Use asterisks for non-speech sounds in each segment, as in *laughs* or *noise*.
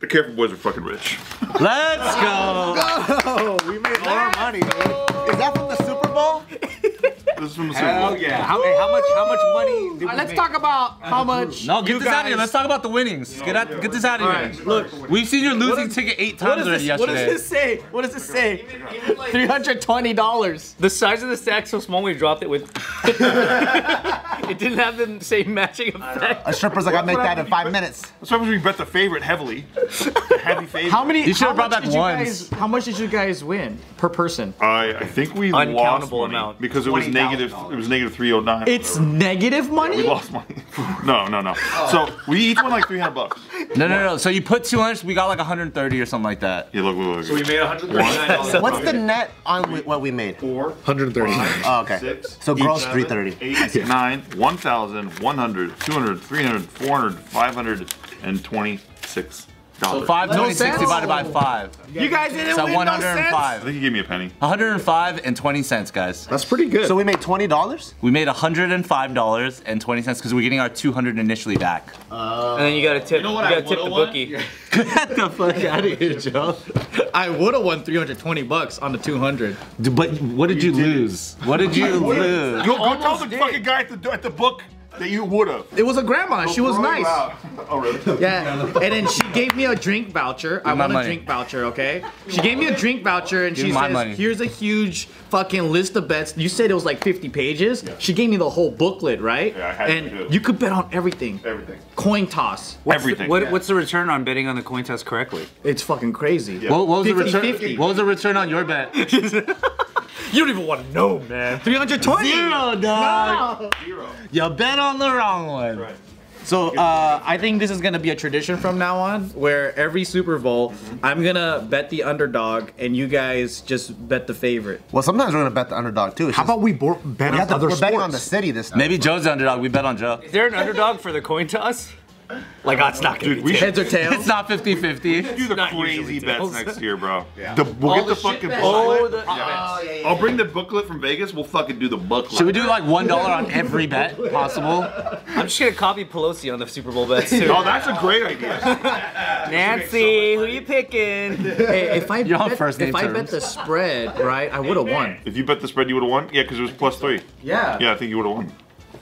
The Careful Boys are fucking rich. Let's go. Oh, we made more money. Is that from the Super Bowl? This is from the Super Hell Bowl. yeah. How, hey, how much? How much money? Did we Alright, let's make? talk about how much. No, get you this out of here. guys- Let's talk about the winnings. Get out, get this out of Alright, here. look. We've seen your losing ticket eight What times already does, this, what does yesterday. this say? What does this say? Three hundred twenty dollars. The size of the stack so small we dropped it with. *laughs* it didn't have the same matching effect. A stripper's like, I'll make what that in happened? five minutes. That's why we bet the favorite heavily. The heavy favorite. How many? You should've how brought much back did you ones. guys- How much did you guys win per person? I, I think we lost Uncountable money amount. because it was negative. It was negative 309. It's negative money. we lost money. *laughs* no, no, no. So we each won like 300 bucks. No, no, no. So you put 200, we got like 130 or something like that. Yeah, look, look, look. So we made 139 dollars. What's the net on wi- what we made? four? 130. Oh, okay. Six. So gross seven, 330. Eight, nine, 1,000, 100, 200, 300, 400, 526 dollars. So 526 sense. divided by 5. You guys didn't So win no cents. 105. I think he gave me a penny. 105 and 20 cents, guys. That's pretty good. So we made twenty dollars. We made $105 and 20 cents because we're getting our 200 initially back. and then you gotta tip. You, know what I gotta tip would've the won? bookie. Get the fuck out of here, Joe. I would have won 320 bucks on the 200. But what did you, lose? What did *laughs* you lose? Go, go tell the fucking guy at the, at the book that you would have. It was a grandma. She was nice. Oh, really? Yeah. And then she gave me a drink voucher. I Give my want a money. drink voucher, okay? She gave me a drink voucher and Give she my says, money. here's a huge fucking list of bets. You said it was like 50 pages. She gave me the whole booklet, right? Yeah, I had and to do it. you could bet on everything. Everything. Coin toss. Everything. What, What's the return on betting on the coin test correctly? It's fucking crazy. What, what was the 50, return? 50. What was the return on your bet? You don't even want to know, man. 320. Zero, dog. You bet on the wrong one. So uh, I think this is gonna be a tradition from now on, where every Super Bowl, I'm gonna bet the underdog, and you guys just bet the favorite. Well, sometimes we're gonna bet the underdog too. It's How just- about we bo- bet we on have to, other we're betting on the sports? city this time. Maybe Joe's the underdog. We bet on Joe. *laughs* Is there an underdog for the coin toss? Like, oh, it's not gonna Dude, be. we should Heads or It's tails? not 50 50. do the not crazy usually *laughs* bets deals. next year, bro. The, we'll get the, fucking booklet. Oh, the, I'll bring the booklet from Vegas. We'll fucking do the booklet. Should we do like $1 on every bet possible? I'm just gonna copy Pelosi on the Super Bowl bets *laughs* too. Oh, that's a great idea. *laughs* Nancy, who you *laughs* picking? Hey, if I You're on bet, first name if I bet terms. the spread, right, I would have won. if you bet the spread, you would have won. Yeah, because it was plus three. Yeah. Yeah, I think you would have won.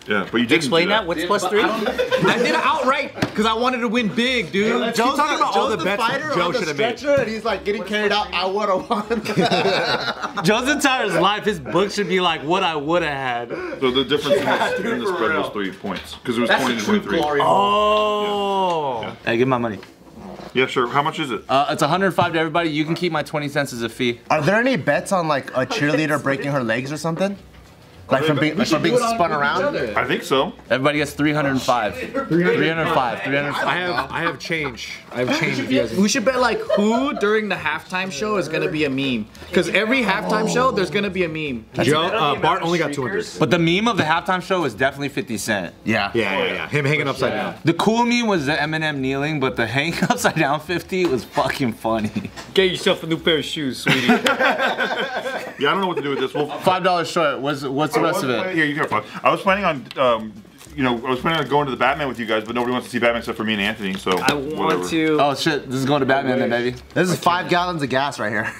Yeah, but you didn't Explain do that. What's plus three? I did it outright because I wanted to win big, dude. Keep talking about all the, bets Joe should have made. and he's like getting carried out. oh I would have won. Joe's entire life, his book should be like what I would have had. So the difference in, the, in the spread was three points because it was twenty to twenty-three. Oh. Hey, give me my money. Yeah, sure. How much is it? Uh, it's 105 to everybody. You can keep my 20 cents as a fee. *laughs* Are there any bets on like a *laughs* cheerleader breaking her legs or something? Like from being, like, from being spun around? I think so. Everybody gets 305. 305. 305. I have I have change. I *laughs* have change. if you guys- We should bet like who during the halftime show is gonna be a meme, because every halftime show there's gonna be a meme. Joe uh, Bart only got 200. But the meme of the halftime show was definitely 50 Cent. Yeah. Yeah, yeah, yeah. Him hanging upside down. The cool meme was the Eminem kneeling, but the hang *laughs* upside down 50 was fucking funny. Get yourself a new pair of shoes, sweetie. Yeah, I don't know what to do with this. *laughs* We'll Five dollars short. What's what's the rest of it? Here, you got five. I was planning on, um, you know, I was planning on going to the Batman with you guys, but nobody wants to see Batman except for me and Anthony. So I want whatever. to. Oh shit! This is going to Batman then, baby. This is five gallons of gas right here.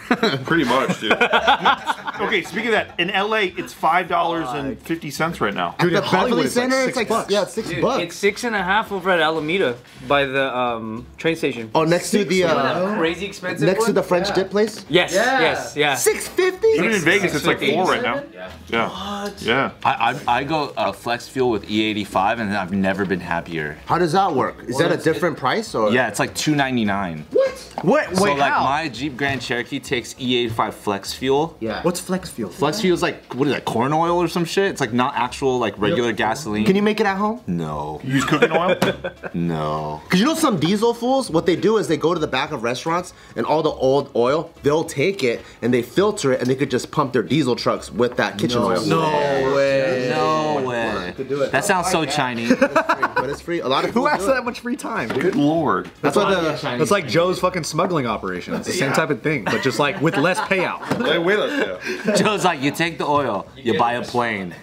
Pretty much, *laughs* dude. okay, speaking of that, in LA, it's five dollars and fifty cents right now. *laughs* Dude, the at Hollywood, Beverly it's like Center, six it's like bucks. yeah, it's six Dude, bucks. it's six and a half over at Alameda by the um, train station. oh, next to the uh, Crazy expensive. next to one? the French dip place. Yes, yes, yeah. Six fifty. Even in Vegas, it's like four right now. Yeah. Yeah. I I, I go uh, flex fuel with E85, and I've never been happier. How does that work? Is that a different price or? Yeah, it's like 299. What? Wait, so like how? my Jeep Grand Cherokee takes E85 flex fuel. Yeah. What's flex fuel? Flex fuel is like what is that? Corn oil or some shit? It's like not actual like regular gasoline. Can you make it at home? No, You use cooking oil? *laughs* no. Cause you know some diesel fools, what they do is they go to the back of restaurants and all the old oil, they'll take it and they filter it and they could just pump their diesel trucks with that kitchen oil. No way. No way. That sounds so Chinese. *laughs* but it's free. A lot of Who people has do it. that much free time? dude? Good lord. That's why the That's like Joe's fucking smuggling operation. It's the same type of thing, but just like with less payout. Stay with us, yeah. Joe's like, you take the oil, you buy a plane.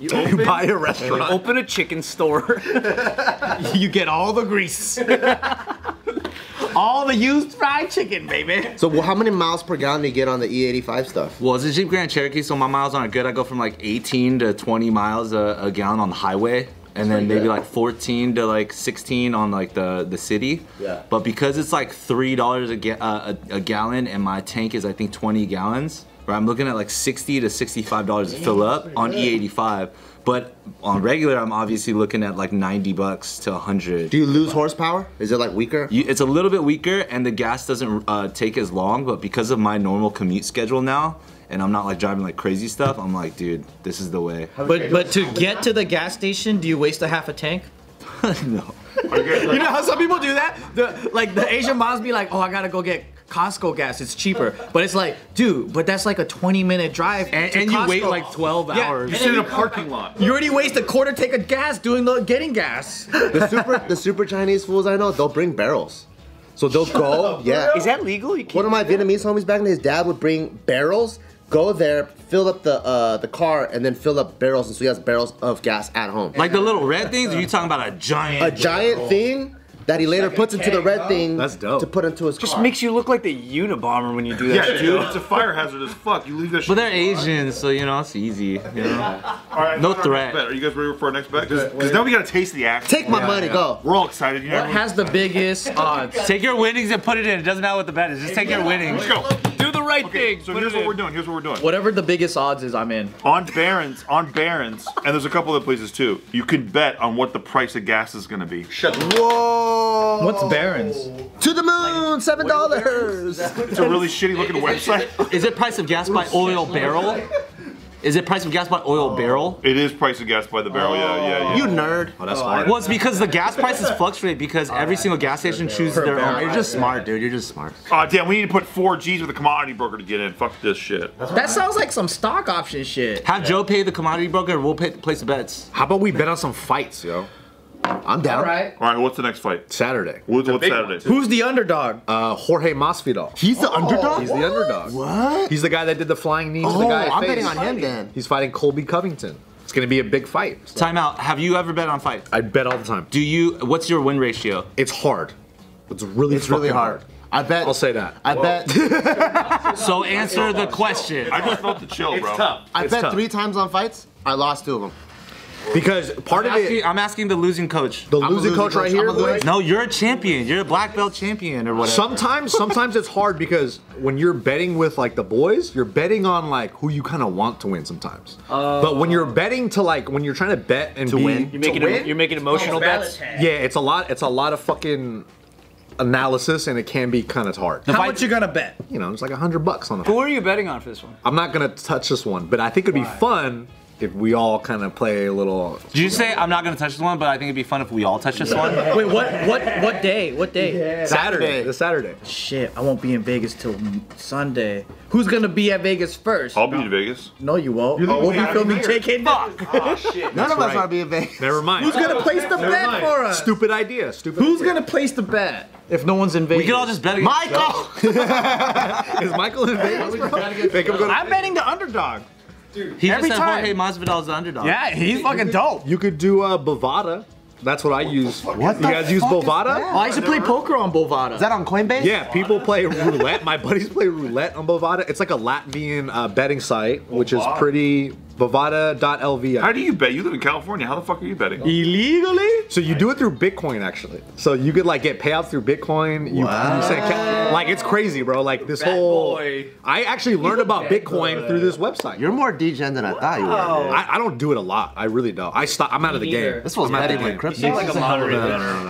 You buy a restaurant. Open a chicken store. *laughs* You get all the grease. All the used fried chicken, baby. So well, how many miles per gallon do you get on the E85 stuff? Well, it's a Jeep Grand Cherokee, so my miles aren't good. I go from like 18 to 20 miles a, a gallon on the highway, and then maybe good. like 14 to like 16 on like the the city. Yeah. But because it's like three dollars a, ga- uh, a a gallon, and my tank is I think 20 gallons, right? I'm looking at like 60 to 65 dollars to fill up on E85. But on regular, I'm obviously looking at like 90 bucks to 100. Do you lose horsepower? Is it like weaker? You, it's a little bit weaker, and the gas doesn't uh, take as long. But because of my normal commute schedule now, and I'm not like driving like crazy stuff, I'm like, dude, this is the way. But but to get to the gas station, do you waste a half a tank? no. You know how some people do that? The like the Asian moms be like, oh, I gotta go get Costco gas. It's cheaper. But it's like, dude, but that's like a 20 minute drive. And- to and you wait, Costco. like, 12 hours. and It's then in you a parking lot. You already waste a quarter tank of gas doing the getting gas. The super the super Chinese fools I know, they'll bring barrels. So they'll go, yeah. Is that legal? You can't. One of my Vietnamese homies back in the day, his dad would bring barrels, go there, fill up the uh, the car, and then fill up barrels, and so he has barrels of gas at home. Like the little red things? Are you talking about a giant? a giant thing that he later puts into the red thing That's dope. to put into his Just car. makes you look like the Unabomber when you do that. Yeah, shit. dude, it's a fire hazard as fuck. You leave that shit. but they're Asian, so you know it's easy. You know? All right, no what's our next threat. bet? Are you guys ready for our next bet? Because now we gotta taste the action. Take my money, go. We're all excited. You know, What has the biggest odds? take your winnings and put it in. It doesn't matter what the bet is. Just take your winnings. everyone- let's go. Do the right Okay, thing. so Put here's it what in. we're doing. Here's what we're doing. Whatever the biggest odds is, I'm in. On Barron's, on Barron's, and there's a couple other places too. You can bet on what the price of gas is gonna be. Whoa! What's Barron's? To the moon, seven dollars. It's a really shitty looking website. Is it price of gas by oil barrel? Is it price of gas by oil barrel? It is price of gas by the barrel. Yeah, yeah, yeah. You nerd. Oh, that's hard. Well, it's because the gas prices fluctuate because Oh, every single gas station chooses their own. You're just smart, dude. You're just smart. Oh. Aw, damn, we need to put four G's with a commodity broker to get in. Fuck this shit. That sounds like some stock option shit. Have Joe pay the commodity broker. We'll pay, place the bets. How about we bet on some fights, yo? I'm down. All right. All right, what's the next fight? Saturday. What's, what's Saturday? Who's the underdog? Uh, Jorge Masvidal. He's the underdog. Oh. He's the underdog. What? He's the guy that did the flying knee to the Oh, guy. I'm betting on him then. He's fighting Colby Covington. It's gonna be a big fight. Time out. Have you ever bet on fights? I bet all the time. Do you? What's your win ratio? It's hard. It's really It's really fucking hard. I bet. I'll say that. I bet. So answer the question. I just felt the chill, bro. *laughs* I It's bet tough. three times on fights. I lost two of them. Because part I'm of it, asking, I'm asking the losing coach. the I'm a losing losing coach coach. right I'm here. a losing- like, No, you're a champion. You're a black belt champion or whatever. *laughs* Sometimes, sometimes it's hard because when you're betting with like the boys, you're betting on like who you kind of want to win sometimes. but when you're betting to like when you're trying to bet and to Oh. win. You're making, to em- win, you're making emotional bets. yeah, it's a lot. It's a lot of fucking analysis, and it can be kind of hard. How much you gonna bet? You know, it's like a hundred bucks on a. Who are you betting on for this one? I'm not gonna touch this one, but I think it'd be fun if we all kind of play a little. Did you say I'm not gonna touch this one? But I think it'd be fun if we all touch this one. Wait, what? What? What day? What day? Saturday, this Saturday. Shit, I won't be in Vegas till Sunday. Who's gonna be at Vegas first? I'll be in Vegas. *laughs* No, you won't. we'll be filming JK Fox. Ah, *laughs* None of us right. are being Vegas. Never mind. Who's gonna place the bet for us? Stupid idea. Stupid. Who's idea. gonna place the bet if no one's in Vegas? We could all just bet. against- Michael. Is Michael *laughs* in Vegas? bro? Make him go to- I'm betting the underdog. He just every said time. Jorge Masvidal's the underdog. Yeah, he's fucking dope. You could do uh, Bovada. That's what I use. What you guys use Bovada? Oh, I used to play poker on Bovada. Is that on Coinbase? Yeah, people play roulette. My buddies play roulette on Bovada. It's like a Latvian uh, betting site, which is pretty Bovada.lv. How I do you bet? You live in California. How the fuck are you betting? Illegally? So you do it through Bitcoin, actually. So you could like get payouts through Bitcoin. You, you send ca- like it's crazy, bro. Like this whole. I actually learned about Bitcoin through this website. You're more degen than I thought you were. dude. I, I don't do it a lot. I really don't. I stop. I'm out of the game. This was better than crypto. No,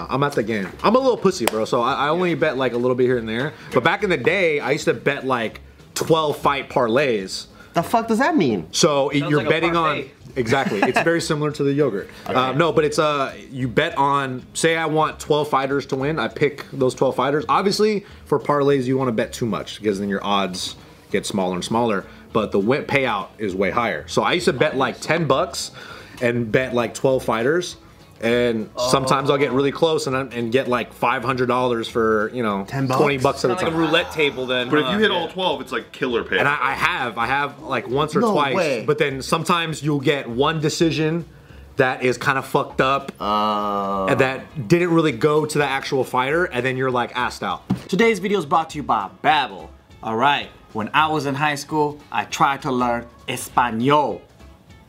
I'm at the game. I'm a little pussy, bro. So I, I only bet like a little bit here and there. But back in the day, I used to bet like 12 fight parlays. The fuck does that mean? So it- you're like a betting on parfait. exactly. It's *laughs* very similar to the yogurt. Um, no, but it's uh you bet on. Say I want 12 fighters to win. I pick those 12 fighters. Obviously, for parlays, you want to bet too much because then your odds get smaller and smaller. But the win- payout is way higher. So I used to bet like 10 bucks and bet like 12 fighters. And sometimes I'll Oh. get really close and, I'm- and get like five hundred dollars for you know 10 bucks? twenty bucks at a Like a time. roulette table then. But if you hit all 12, it's like killer pay. And I, I have, I have like once or No twice. way. But then sometimes you'll get one decision that is kind of Oh. fucked up and that didn't really go to the actual fighter, and then you're like assed out. Today's video is brought to you by Babbel. All right, when I was in high school, I tried to learn Espanol.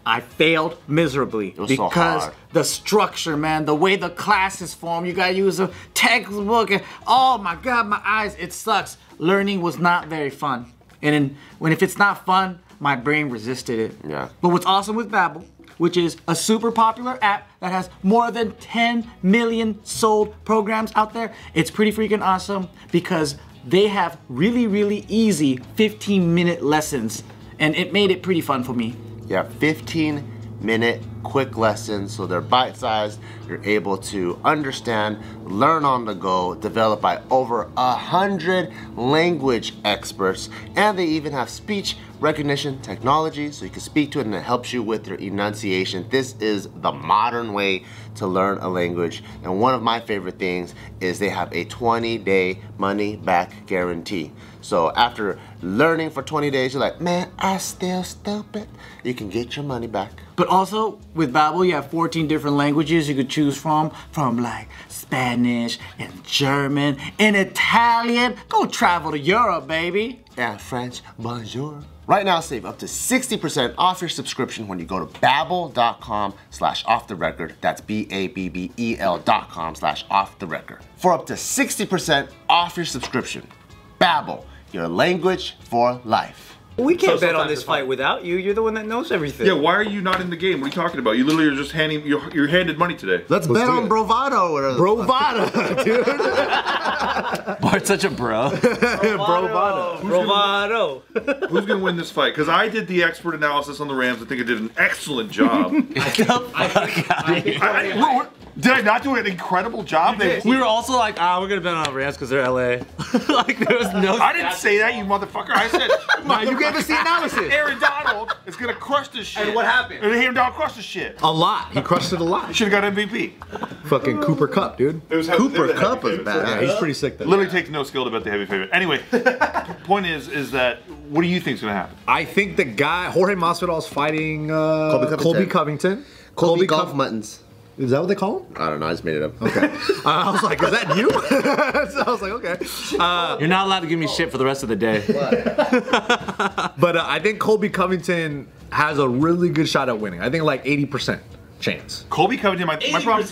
I failed miserably was so because hard. the structure, man, the way the classes form, you gotta use a textbook, and oh my god, my eyes, it sucks. Learning was not very fun, and in, when if it's not fun, my brain resisted it. Yeah. But what's awesome with Babbel, which is a super popular app that has more than 10 million sold programs out there, it's pretty freaking awesome because they have really, really easy 15 minute lessons, and it made it pretty fun for me. Yeah, 15 minute quick lessons so they're bite sized. You're able to understand, learn on the go, developed by over a hundred language experts, and they even have speech recognition technology so you can speak to it and it helps you with your enunciation. This is the modern way to learn a language. And one of my favorite things is they have a 20 day money back guarantee. So after learning for 20 days, you're like, man, I still stupid. You can get your money back. But also with Babbel, you have 14 different languages you could choose from, from like Spanish and German and Italian. Go travel to Europe, baby. And French, bonjour. Right now, save up to 60% off your subscription when you go to babbel.com slash off the record. That's B-A-B-B-E-L E dot com slash off the record. For up to 60% off your subscription. Babbel, your language for life. We can't bet on sometimes this it's fun. fight without you. You're the one that knows everything. Yeah, why are you not in the game? What are you talking about? You literally are just handing, you're, you're handed money today. Let's, bet on bravado. Or whatever. Brovada, dude. Bart's such a bro. Bravado. Bravado. Who's gonna win this fight? Because I did the expert analysis on the Rams. I think I did an excellent job. I- I- we're- we're- did I not do an incredible job? They- we were also like, ah, we're gonna bet on Rams because they're LA. *laughs* like there was no. I didn't say that, you motherfucker. I said *laughs* you gave us the analysis. Aaron Donald is gonna crush this shit. And what happened? Aaron Donald crushed the shit. A lot. He crushed it a lot. Should have got MVP. Fucking Cooper Cup, dude. was Cooper Cup was bad. Yeah, he's pretty sick. Though. Literally takes no skill to bet the heavy favorite. Anyway, *laughs* point is, is that what do you think's gonna happen? I think the guy Jorge Masvidal's fighting uh, Colby Covington. Colby Covington. Colby Cov- Golf Muttons. Is that what they call him? I don't know, I just made it up. Okay. Uh, I was like, is that you? *laughs* so I was like, okay. You're not allowed to give me shit for the rest of the day. But uh, I think Colby Covington has a really good shot at winning. I think like 80% chance. Colby Covington, my, my problem.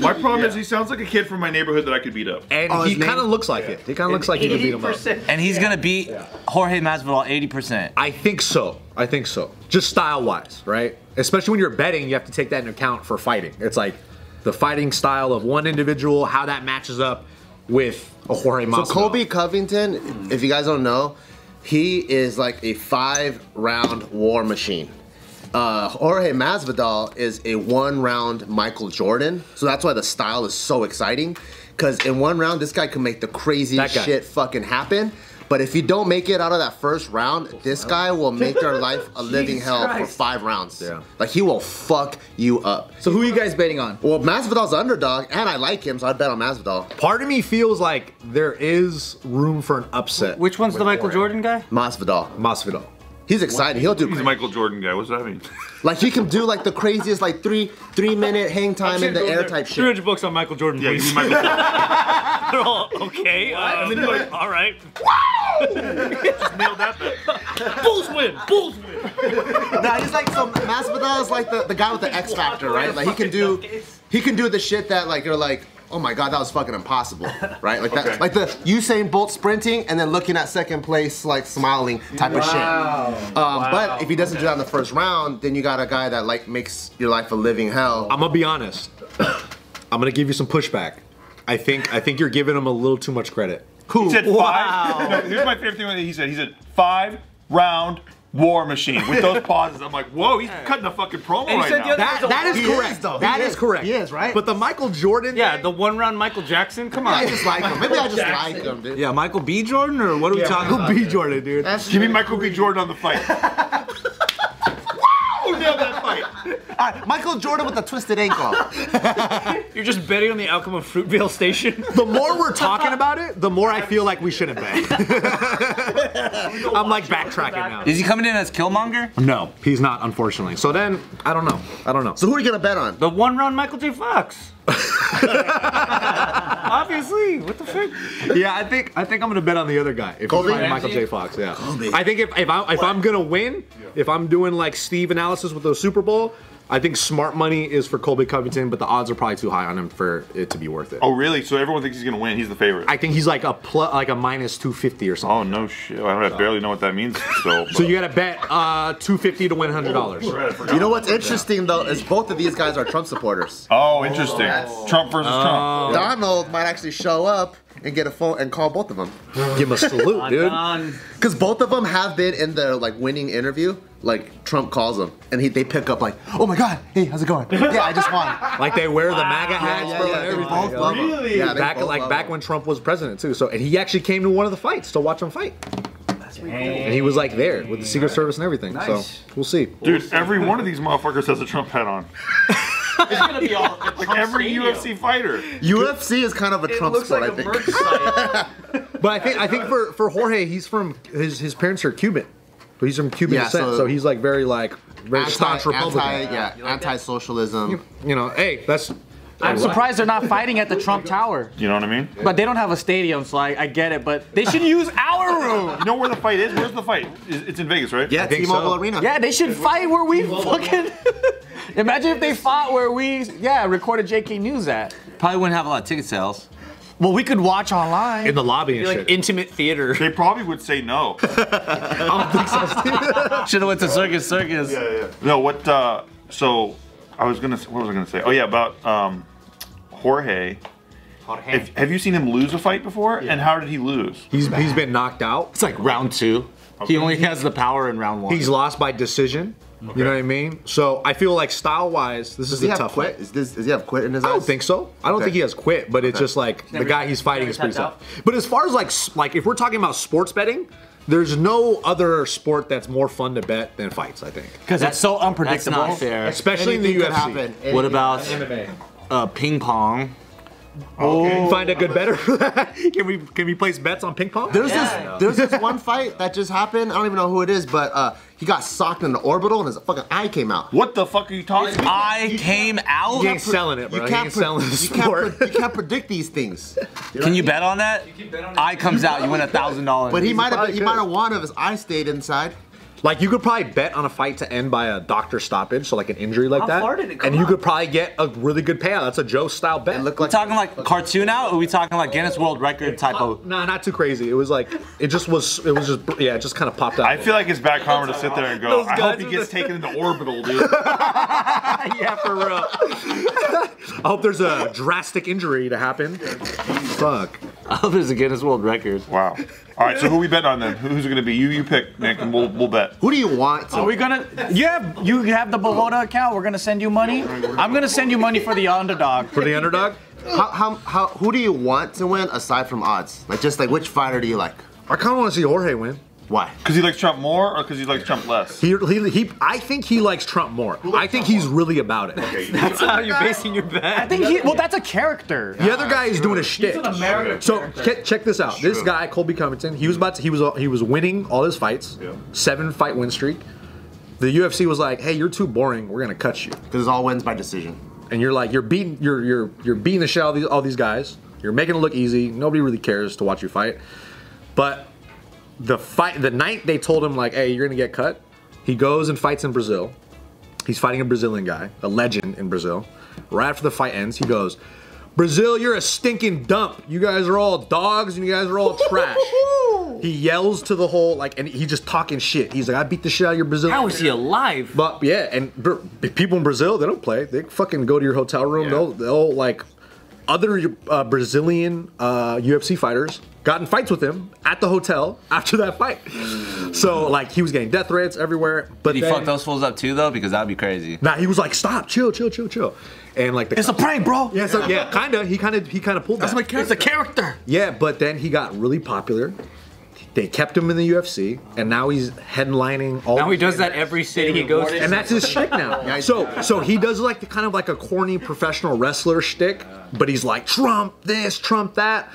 My problem is he sounds like a kid from my neighborhood that I could beat up. And Oh, he his name- kind of looks like it. He kind of looks like he could beat him up. And he's gonna beat Jorge Masvidal 80%. I think so. I think so. Just style wise, right? Especially when you're betting, you have to take that into account for fighting. It's like the fighting style of one individual, how that matches up with a Jorge So Masvidal. Colby Covington, if you guys don't know, he is like a five-round war machine. Uh, Jorge Masvidal is a one-round Michael Jordan, so that's why the style is so exciting. Because in one round, this guy can make the craziest That guy. shit fucking happen. But if you don't make it out of that first round, this guy will make your life *laughs* a living hell for five rounds. Yeah. Like he will fuck you up. So who are you guys betting on? Well, Masvidal's an underdog, and I like him, so I'd bet on Masvidal. Part of me feels like there is room for an upset. Which one's the Michael Jordan? Jordan guy? Masvidal. Masvidal. He's excited. He'll do. He's a Michael Jordan guy. What's that mean? Like he can do like the craziest like three three minute hang time in the air type shit. 300 bucks on Michael *laughs* Jordan, Yeah, *laughs* please. he's Michael Jordan. They're *laughs* all, okay. um, *laughs* all right. Nailed that bet. Bulls win. Bulls win. Nah, he's like so Masvidal is like the, the guy with the X Factor, right? Like he can do he can do the shit that like you're like, oh my god, that was fucking impossible, right? Like that, Okay. like the Usain Bolt sprinting and then looking at second place like smiling type of shit. Um, But if he doesn't do that in the first round, then you got a guy that like makes your life a living hell. I'm gonna be honest. *coughs* I'm gonna give you some pushback. I think I think you're giving him a little too much credit. He said five. No, here's my favorite thing that he said. He said five round war machine with those pauses. I'm like, whoa, he's cutting a fucking promo And he right said the now. other- That, that is He is, correct. though. That He is, is. correct. He is, right? But the Michael Jordan. Yeah, thing- the one round Michael Jackson. Come I on. just like him. Maybe I just like him, dude. Yeah, Michael B. Jordan, or what are we talking about? Michael B. Jordan, dude. That's *laughs* Give me Michael B. Jordan on the fight. Wow, nailed that fight. All right, Michael Jordan with a twisted ankle. You're just betting on the outcome of Fruitvale Station. The more we're talking about it, the more I feel like we shouldn't bet. I'm like backtracking Is he coming in as Killmonger? now. No, he's not, unfortunately. So then, I don't know. I don't know. So who are you gonna bet on? The one round Michael J. Fox. Obviously. What the frick? yeah, I think I think I'm gonna bet on the other guy. If Colby? Colby? Michael J. Fox, yeah. I think if if, I, if I'm gonna win, if I'm doing like Steve analysis with the Super Bowl, I think smart money is for Colby Covington, but the odds are probably too high on him for it to be worth it. Oh, really? So everyone thinks he's gonna win. He's the favorite. I think he's like a plus, like a minus 250 or something. oh no shit! I, don't, I barely know what that means. *laughs* So, So you gotta bet uh, 250 to win hundred dollars. You know what's interesting though is both of these guys are Trump supporters. oh, interesting. Trump versus Oh. Trump. Donald might actually show up and get a phone and call both of them Give him a salute, dude. Um, On because both of them have been in their like winning interview. Like Trump calls them and he they pick up like, oh my god, hey, how's it going? yeah, I just won. Like they wear the MAGA hats, Yeah, bro. yeah, and they everything. both love him. Really? Yeah, they back both like love back him. when Trump was president too. So and he actually came to one of the fights to watch him fight. And he was like there with the Secret Service and everything. Nice. So we'll see. Dude, every one of these motherfuckers has a Trump hat on. it's gonna be all Like every UFC fighter. UFC is kind of a Trump sport, I think. site. But I think I think for, for Jorge, he's from his his parents are Cuban. So he's from Cuban Yeah, descent. so- So, he's like very like very staunch Republican. Anti, yeah, anti-socialism. You know, hey, that's I'm surprised they're not fighting at the Trump Tower. You know what I mean? But they don't have a stadium, so I, I get it. But they *laughs* should use our room. You know where the fight is? Where's the fight? It's it's in Vegas, right? Yeah, I think T-Mobile so. Arena. Yeah, they should fight where we fucking. *laughs* Imagine if they fought where we, yeah, recorded JK News at. Probably wouldn't have a lot of ticket sales. Well, we could watch online. in the lobby and like shit. intimate theater. They probably would say no. Should have went to Circus Circus. No, what? Uh, so I was gonna. What was I gonna say? Oh yeah, about um, Jorge. Have, have you seen him lose a fight before? And how did he lose? He's he's been knocked out. It's like round two. He only has the power in round one. He's lost by decision. You know what I mean? So I feel like style wise, this Does is he a have tough quit? one. Is this? Does he have quit in his I don't eyes? think so. I don't Okay. think he has quit, but it's Okay. just like the guy he's fighting is pretty never tapped tough. But as far as like s- like if we're talking about sports betting, there's no other sport that's more fun to bet than fights. I think, Because it's so That's unpredictable. not fair. especially in Anything the could UFC. happen. What Anything- about uh, ping pong? Oh. Can you Find a good better. *laughs* can we can we place bets on ping pong? There's this there's this one fight that just happened. I don't even know who it is, but uh, he got socked in the orbital and his fucking eye came out. What the fuck are you talking? about? I came out. he ain't selling it, bro. He ain't pre- selling the you can't sport. pre- you can't predict these *laughs* things. Can you bet on that? I comes out. You win a thousand dollars. But he might have probably he could. might have won if his eye stayed inside. Like you could probably bet on a fight to end by a doctor stoppage, so like an injury like How that, far did it and come you up? could probably get a really good payout. That's a Joe style bet. It looked We're like talking like cartoon out, or we talking like Guinness World Record type of? *laughs* Nah, not too crazy. It was like it just was. It was just yeah. It just kind of popped out. I feel like it's bad karma to sit there and go. Those I hope guys he with gets *laughs* the- taken into orbital, dude. yeah, for real. I hope there's a drastic injury to happen. Fuck. I hope there's a Guinness World Record. wow. All right, so who we bet on then? Who's it gonna be? You, you pick, Nick, and we'll we'll bet. who do you want? Are Oh, To, we gonna? You have you have the Bogota account. We're gonna send you money. I'm gonna send you money for the underdog. For the underdog, how, how, how, who do you want to win aside from odds? Like just like which fighter do you like? I kind of want to see Jorge win. Why? Because he likes Trump more, or because he likes Trump less? He, he, he, I think he likes Trump more. I think he's really about it. That's how you're basing your I bet. think he. Well, that's a character. The other guy is doing a shtick. So check, check this out. This guy, Colby Covington, he was about to, he was he was winning all his fights, seven fight win streak. The UFC was like, "Hey, you're too boring. We're gonna cut you." Because it all wins by decision. and you're like you're beating you're you're you're beating the shit out of these, all these guys. You're making it look easy. Nobody really cares to watch you fight. But the fight the night they told him like, "Hey, you're going to get cut." He goes and fights in Brazil. He's fighting a Brazilian guy, a legend in Brazil. Right after the fight ends, he goes, "Brazil, you're a stinking dump. You guys are all dogs and you guys are all *laughs* trash." He yells to the whole like, and he just talking shit. He's like, "I beat the shit out of your Brazilian." How is he alive? But yeah, and Br- people in Brazil they don't play. They fucking go to your hotel room. They'll they'll like other uh, Brazilian uh, UFC fighters got in fights with him at the hotel *laughs* after that fight. So like he was getting death threats everywhere. But Did he then- fuck those fools up too though? Because that'd be crazy. Nah, he was like, stop, chill, chill, chill, chill, and like the It's a prank, bro. yeah, so, yeah, kinda. He kind of he kind of pulled that. It's a character. Yeah, but then he got really popular. They kept him in the UFC, and now he's headlining all. Now he these does that every city he goes to. and that's his shtick now. So so he does like the kind of like a corny professional wrestler shtick, but he's like Trump this, Trump that,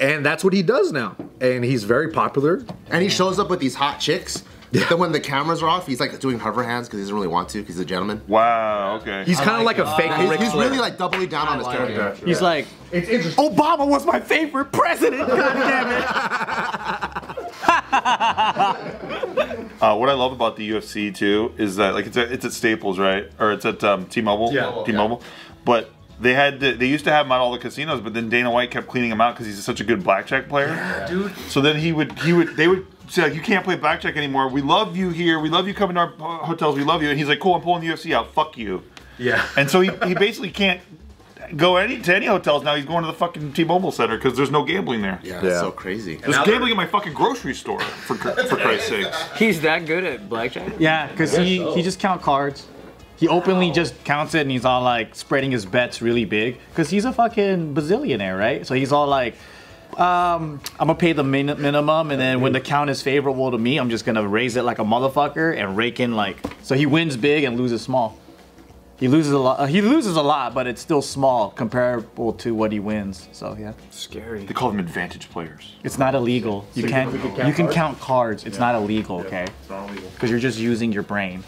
and that's what he does now. And he's very popular. And he shows up with these hot chicks. but Yeah. Then when the cameras are off, he's like doing hover hands because he doesn't really want to because he's a gentleman. Wow. Okay. He's kind of like, a fake He's, Ric he's Flair. really like doubling down on his character. He's like, Obama was my favorite president. God damn it. Uh, what I love about the UFC too is that like it's at, it's at Staples, right? Or it's at um, T-Mobile. Yeah. T-Mobile. But they had to, they used to have them at all the casinos, but then Dana White kept cleaning them out because he's such a good blackjack player. dude. So then he would he would they would say like, you can't play blackjack anymore. We love you here. We love you coming to our uh, hotels. We love you. And he's like, cool. I'm pulling the UFC out. Fuck you. yeah. And so he, he basically can't go any to any hotels now. He's going to the fucking T-Mobile Center because there's no gambling there. Yeah, Yeah. it's so crazy. There's gambling at my fucking grocery store for for Christ's sakes. He's that good at blackjack. Yeah, because he, he just count cards. He openly just counts it and he's all like spreading his bets really big. Because he's a fucking bazillionaire, right? So he's all like, um, I'm gonna pay the min- minimum and then when the count is favorable to me, I'm just gonna raise it like a motherfucker and rake in like. So he wins big and loses small. He loses a lot. He loses a lot, but it's still small comparable to what he wins. So yeah, Scary. They call them advantage players. it's not illegal. You can you can count cards. It's not illegal, okay? Because you're just using your brain.